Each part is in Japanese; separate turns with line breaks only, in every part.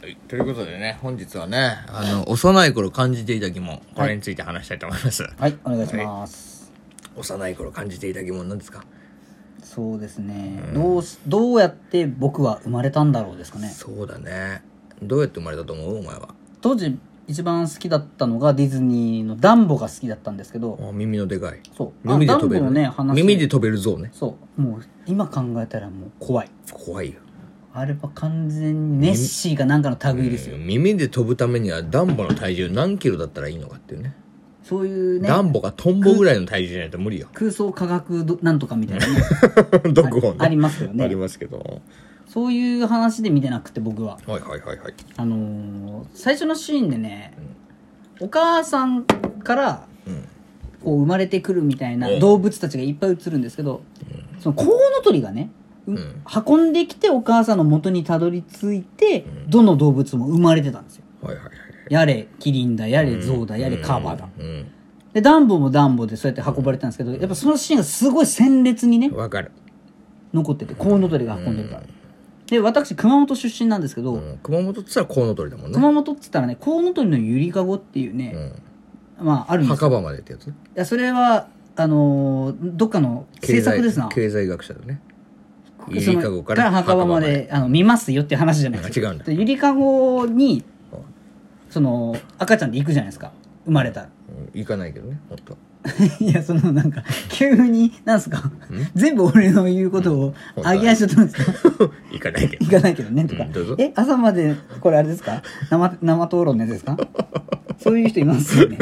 はいということでね、本日はね、あの、幼い頃感じていた疑問、これについて話したいと思います。
はい、お願いします。
幼い頃感じていた疑問なんですか
そうですね。どうし、どうやって僕は生まれたんだろうですかね。
そうだね。どうやって生まれたと思うお前は。
当時、一番好きだったのがディズニーのダンボが好きだったんですけど、
あ耳のでかい。
そう。
耳で飛べ
あダ
る。
ンボのね、話。
耳で。飛べる像ね。
そう。もう、今考えたらもう怖い。
怖いよ。
あれは完全にネッシーがなんかの類ですよ。
耳で飛ぶためにはダンボの体重何キロだったらいいのかっていうね。
そういうね
ダ、ンボがトンボぐらいの体重じゃないと無理よ。
空想科学どなんとかみたい なね。
どこを
ありますよ
あり
ね。
ますけど。
そういう話で見てなくて、僕は。
はいはいはいはい。
あのー最初のシーンでね、お母さんから
うん。
こう生まれてくるみたいな
うん
動物たちがいっぱい映るんですけど、そのコウノトリがね、う
うん
運んできてお母さんの元にたどり着いて、どの動物も生まれてたんですよ。
はいはいはい。
やれキリンだ、やれゾウだ、やれカバだ。
うん。
で、ダンボもダンボでそうやって運ばれてたんですけど、やっぱそのシーンがすごい鮮烈にね、
わかる。
残ってて、コウノトリが運んでた。で、私、熊本出身なんですけど、
うん熊本っつったらコウノトリだもんね。
熊本って言ったらね、コウノトリのゆりかごっていうね、まあ、あるんですよ
墓場までってやつね
いや、それは、あのーどっかの制作ですな。
経済学者だね
その
ゆりかごから
墓場まであの見ますよっていう話じゃないです
あ違うんだ
でゆりかごに
うん、
その、赤ちゃんで行くじゃないですか。生まれたら。
うん行かないけどね本当
いや、そのなんか、急に、なんすか、全部俺の言うことを
うん
あげ足しちゃったんですか
行かないけど
行かないけどね、とか
うんどうぞ。
え、朝まで、これあれですか生、生討論のやつで すかそういう人いますよね。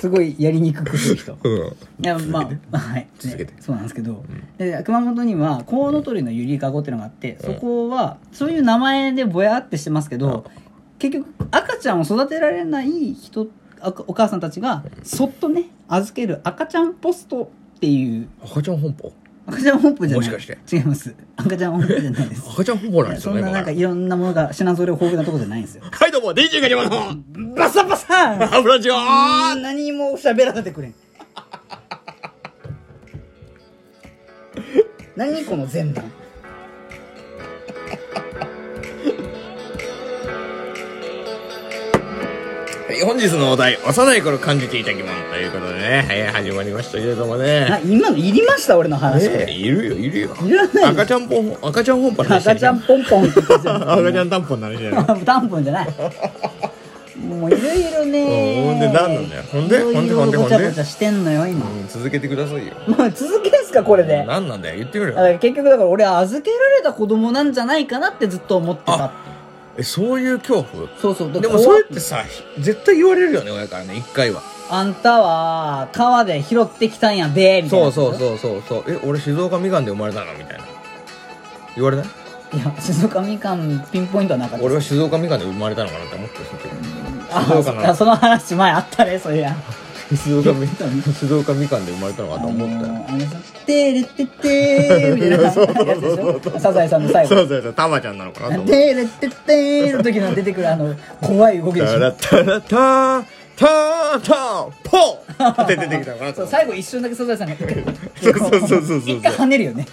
すごいやりにくくする人。
うん
いやまあはい、
続けて
ねそうなんですけど、で熊本にはコウノトリのゆりかごっていうのがあって、そこはそういう名前でぼやってしてますけど、結局赤ちゃんを育てられない人あお母さんたちがそっとね預ける赤ちゃんポストっていう
赤ちゃん本舗
赤ちゃん本舗じゃない
もしか
違います赤ちゃん本舗じゃないで す
赤ちゃん本舗なん
いや
です
そ
よ
ん
ね今か
ななんからいろんなものが品揃え豊富なとこじゃないんですよ
はいどうも DJ が山の
バサバサー
油じょ
あ
ー
ー何も喋らせてく れん何この前段
はい本日のお題幼い頃感じていた疑問ということでねはい始まりましたけれどもね
あ今のいりました俺の話、
ねえいるよいるよ
いらないよ
赤ちゃん本舗赤ちゃん本舗の話
赤ちゃんポンポンって言ってた
赤ちゃん担保の話じゃ ない
タンポンじゃないもういろいろね
うんほんで何なんだよほんで
いろいろ
ほんでほんでほんで
ごちゃごちゃしてんのよ今、
うん続けてくださいよ
もう続けですかこれで、だ
何なんだよ言ってみろよ
から結局だから俺は預けられた子供なんじゃないかなってずっと思ってた
えそういう恐怖
そうそうだ
で
から
もそれってさ絶対言われるよね親からね一回は
あんたは川で拾ってきたんやでみたいな
そ
や
う
つ
そうそうそうそうえ俺静岡みかんで生まれたのみたいな言われない
いや静岡みかんピンポイントはなかった
俺は静岡みかんで生まれたのかなって思ってその
あ
静岡
そ
な
っかその話前あったねそういや
時静岡みかん静岡みかんで生まれたのかと思ったよ
あのさ「テレテテー」みたいなやつでしょサザエさんの最後
そうそうそうたまちゃんなのかなと
「
思って
テレテテー」の時の出てくるあの怖い動きでしたょ
らたらたーたーたーポンって出てきたのかなと思
そう
って
最後一瞬だけサザエさんが
そうそうそうそうそう
一回跳ねるよね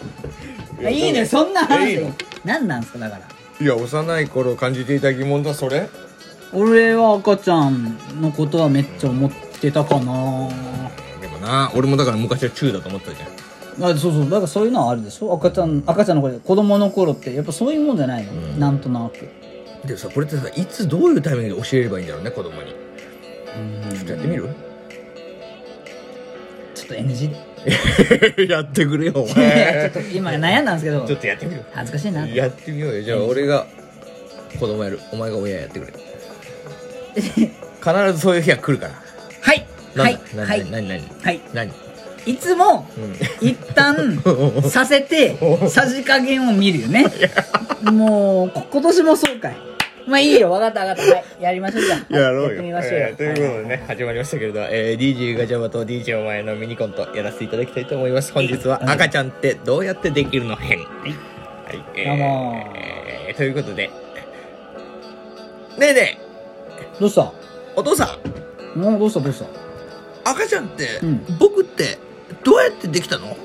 いやいいねそんない話
いの
何なんすかだから
いや幼い頃感じていた疑問だそれ
俺は赤ちゃんのことはめっちゃ思ってたかな
でもな俺もだから昔は中だと思ったじゃん
あそうそうだからそういうのはあるでしょ赤ちゃん赤ちゃんの頃で子供の頃ってやっぱそういうもんじゃないの、なんとなく
でさこれってさいつどういうタイミングで教えればいいんだろうね子供にちょっとやってみる
ちょっと NG
やってくれよお
いや
前
ちょっと今悩んだんですけど
ちょっとやってみる
恥ずかしいな
やってみようよじゃあ俺が子供やるお前が親やってく れ必ずそういう日が来るから
はいは
ないんだ
はい
何何何
はい
何
いつも一 旦させてさじ加減を見るよねもうこ今年もそうかいまあいいよ分かった分かったはいやりましょうじゃあやってみましょうよ
えーということでね始まりましたけれど、えー、DJ ガチャバと DJ お前のミニコントやらせていただきたいと思います本日は赤ちゃんってどうやってできるの編はい、えー
どうも
えーということでねえね
どうした
えお父さん
もうどうしたどうした
赤ちゃんって、
うん
僕ってどうやってできたの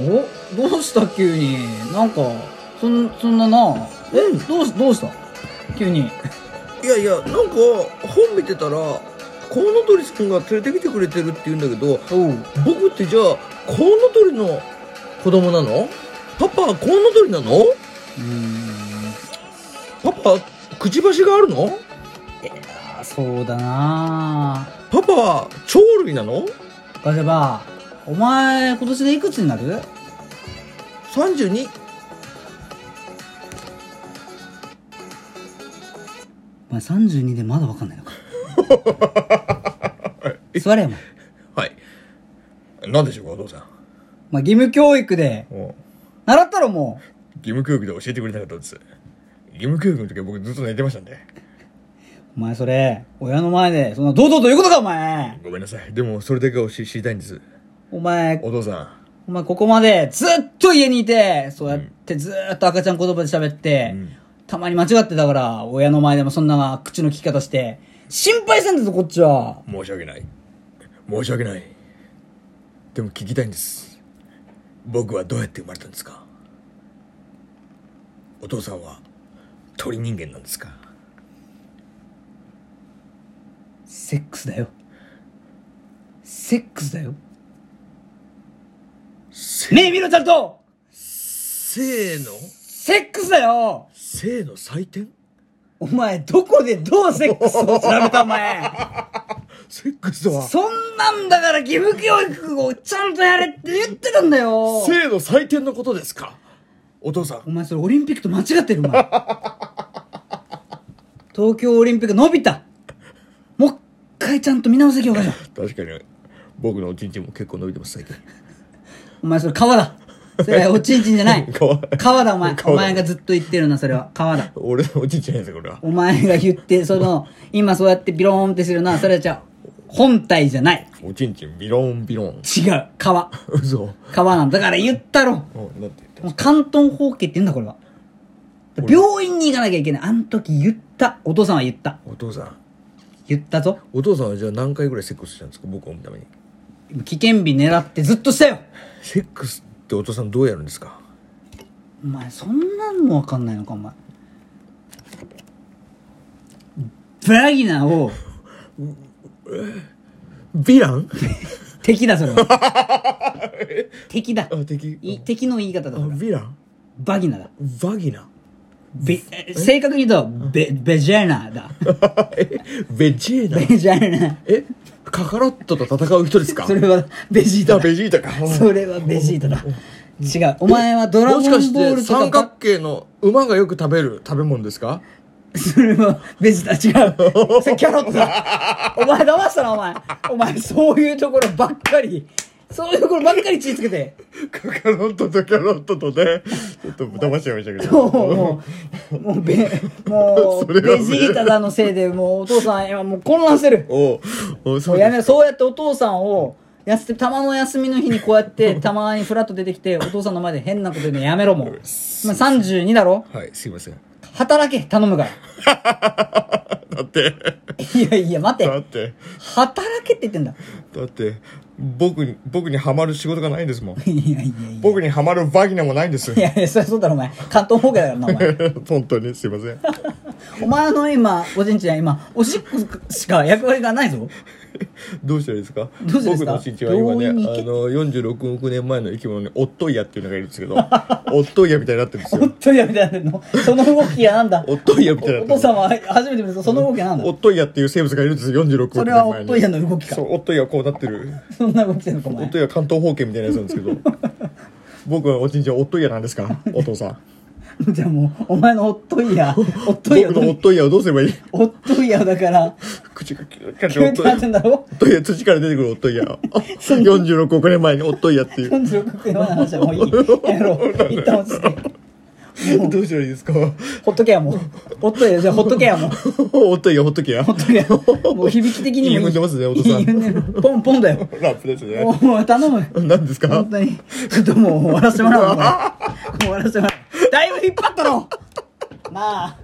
おどうした急になんかそんそんななえどうしどうした急に
いやいやなんか本見てたらコウノトリさんが連れてきてくれてるって言うんだけど
おう
僕ってじゃあコウノトリの子供なのパパはコウノトリなの
うん
パパはくちばしがあるの
あそうだな
パパは鳥類なの
ガジャバお前今年でいくつになる
?32
お前32でまだわかんないのか 座れよお
は
前、
い何でしょうかお父さん
まあ、義務教育で
も
習ったろも
う義務教育で教えてくれなかったです義務教育の時は僕ずっと寝てましたんで
うお前それ親の前でそんな堂々と言うことかお前
ごめんなさいでもそれだけは知りたいんです
お前
お父さ
お前ここまでずっと家にいて、そうやってずっと赤ちゃん言葉で喋って、
うん
たまに間違ってたから、親の前でもそんな口の利き方して、心配せんだぞこっちは。
ん申し訳ない申し訳ないでも聞きたいんです僕はどうやって生まれたんですかお父さんは鳥人間なんですか
セックスだよ。セックスだよ。ねえ、見ろちゃんと
性の
セックスだよ
性の祭典
お前、どこでどうセックスを調べたお前
セックスとは
そんなんだから義務教育をちゃんとやれって言ってたんだよ
性の祭典のことですかお父さん
お前それオリンピックと間違ってる お前東京オリンピック伸びたもう一回ちゃんと見直せきゃおかしい
確かに僕のおちんちんも結構伸びてます最近
お前それ川だそれおちんちんじゃない
川
川だお前
川
お
だ
前がずっと言ってるなそれは川だ
俺のおちんちんじゃないですこれは
お前が言ってその今そうやってビローンってするなそれはじゃあ本体じゃない
おちんちんビロンビロン
違う川
嘘うん
川なんだだから言ったろ
なんて言った
もう関東包茎って言うんだこれは病院に行かなきゃいけないあの時言ったお父さんは言った
お父さん
言ったぞ
お父さんはじゃあ何回ぐらいセックスしたんですか僕を産むために
危険日狙ってずっとしたよ
セックスってお父さんどうやるんですか
お前そんなんもわかんないのかお前ブラギナを
ヴィラン
敵だそれは敵だ
あ敵
い敵の言い方だ
あ
それ
ヴ
は
ィラン
バギナだ
バギナ
べ正確に言うとベベジェーナだ
えベジーナ
ベジェーナ
えカカロットと戦う人ですか
それはベジータ
あ
だ
ベジータか
それはベジータだ違うお前はドラ
も
ゴン
し
ボ
かして
ールと
三
か
角
ば
形の馬がよく食べる食べ物ですか
それは ベジータ違うそれキャロットだお前騙したなお前お前そういうところばっかりそういうところばっかり血つけて
カカロットとキャロットとねちょっと騙しちゃいましたけ
もう、もう、もう、ベ、も
それ
う、
は
ベジータだのせいで、もう、お父さん、今もう混乱してる。
おうおうそ
も
う
う
で
や
す
めろそうやってお父さんを、やって、たまの休みの日にこうやって、たまにフラッと出てきて、お父さんの前で変なこと言うのやめろ、もう。今32だろ
はいすいません
働け、頼むから。
だって
いやいや、待
だっ
て。
て
働けって言ってんだ。
だって僕に僕にはまる仕事がないんですもん
いやいやいや。
僕にはまるバギナもないんです
いやいや、そりゃそうだろ、お前。関東方言だから な、お前。
本当にすいません
お前の今、おじんちは今、おしっこしか役割がないぞ。
どうしたらいいですか
どうしたらいいですか
僕の親戚は今ねあ
病院に行け
の46億年前の生き物にオットイヤっていうのがいるんですけどオットイヤみたいになってるんです
おっ
よ
といやみたいなの。その動きがなんだ。
オットイヤみたいにな
お
ってる
父さんは初めて見たその動きはなんだ
オットイヤっていう生物がいるんですよ46億
そ
年前に
れはオットイヤの動きか
そうオットイヤはこうなってる
そんな動きしてんのかお
オッ
前
トイヤ関東方形みたいなやつなんですけど僕はおちんちんオットイヤなんですかお父さん
じゃあもうお前のオットイヤオット
僕
イヤ
のオットイヤをどうすればいい
オットイヤだから
口がキュッキュッキ
急
ュッ
っ
オッ
て
トイ
なっ
ヤ
てんだろ
オットイヤ土から出てくるオットイヤ46億年前にオットイヤっていう
46億円の話はもう いいやろう一旦落ちて
どうしたらいいですか
ほっとけやもうオットイヤじゃあほっとけやもう
おっといやほっとけや
ほっとけや もう響き的にも
いい踏んでますねお父さん
いい踏でるポンポンだよ
ラップですね
もう頼む
何ですか
本当にちょっともう終わらせてもらおうお前もう終わらせてもらおうだいぶ引っ張ったろなあ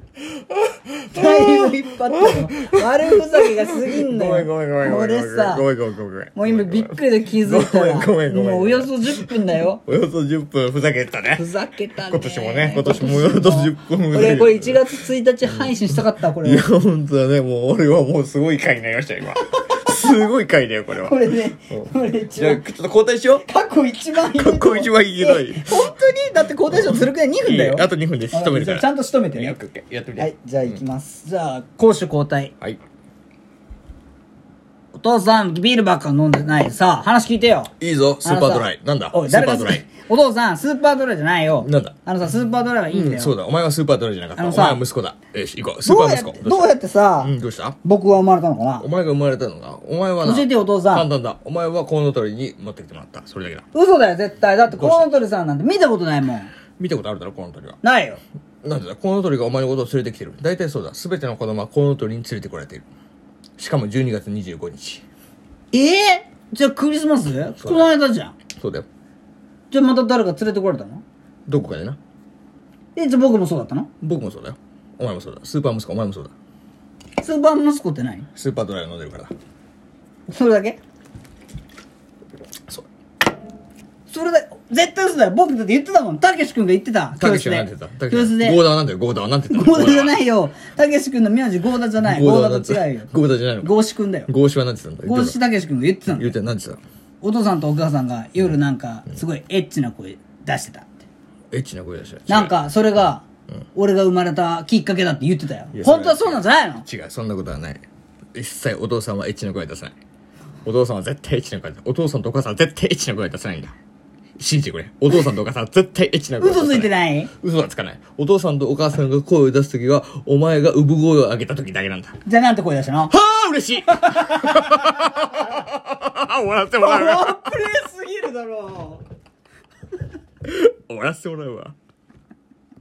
タイを引っ張っても悪ふざけが過ぎ
ごめ
ん
ん
の
ご
よ
めんごめんごめんご
こ
め
れ
ん
さ
ごめんごめんごめんごめん
もう今びっくりで気づいたら
ごめんごめんごめん
もうおよそ10分だよ
およそ10分ふざけてたね
ふざけたね
今年もね今年もおよそ10分ふざけてた
俺これ1月1日配信したかったこ
い
れ
や本当だねもう俺はもうすごい回になりましたよ今すごい回だよこれは
これねこれ
じ
一
ゃあ
番
ちょっと交代しよう
過去一番ひど
過
い
去一番ひどい
え本当にだって交代賞するくらい2分だよ
いいあと2分です仕留める
じ
か
ゃあ
ら
ちゃんと仕留めて
いや
ね
オッケーオッケーやってみて
はいじゃあ行きます、じゃあ攻守交代
はい
お父さんビールばっか飲んでないさ話聞いてよ
いいぞスーパードライなんだス
おい
ー
誰
パ
が
ードライ
お父さんスーパードライじゃないよ
なんだ
あのさスーパードライはいいんだよ、
うんそうだお前はスーパードライじゃなかった
あ
お
のさ
前は息子だよし行こうスーパー息
ど
子
うやってどうやってさ、
うんどうした
僕は生まれたのかな
お前が生まれたのがお前はな
教えてよお父さん
簡単だお前はコウノトリに持ってきてもらったそれだけだ
嘘だよ絶対だって
ど
コ
うした
ウノトリさんなんて見たことないもん
見たことあるだろコウノトリは
ないよ
なんでだコウノトリがお前のことを連れてきてる大体そうだ全ての子供はコウノトリに連れてこられているしかも12月25日
ええじゃあクリスマスこの間じゃん
そうだよ
じゃあまた誰か連れてこられたの
どこかでな
えじゃあ僕もそうだったの
僕もそうだよお前もそうだスーパー息子お前もそうだ
スーパー息子って何
スーパードライを飲んでるからだ
それだけ
そう
それだ絶対嘘だよ僕だって言ってたもんたけし君が言ってた
た
教
けし
室
はなん
で
て言ったたけし
教室で
ゴーダはなんだよゴーダはなんて言った
ゴーダじゃないいよたけし君の名字ゴーダじゃないゴ
ゴーダ
ー
は
ダと違うよ
ゴーダじゃないのか
ゴーシ君だよ
ゴーシはなんて言ったんだ
ゴーシたけし君が言ってたの
言うてなんて言ってたの
お父さんとお母さんが夜なんかすごいエッチな声出してたって
エッチな声出したよ
なんかそれが俺が生まれたきっかけだって言ってたよ
いや
本当はそうなんじゃないの
違うそんなことはない一切お父さんはエッチな声出さないお父さんは絶対エッチな声出さないお父さんとお母さんは絶対エッチな声出さないんだ信じてくれお父さんとお母さんは絶対エッチな声出さ
嘘
な
つ
い
いてない
嘘はつかないお父さんとお母さんが声を出す時はお前が産声を上げた時だけなんだは
じゃあなんて声出したの
あ嬉しい 終わら せてもらうわ
プレイすぎるだろう
終わらせてもらうわ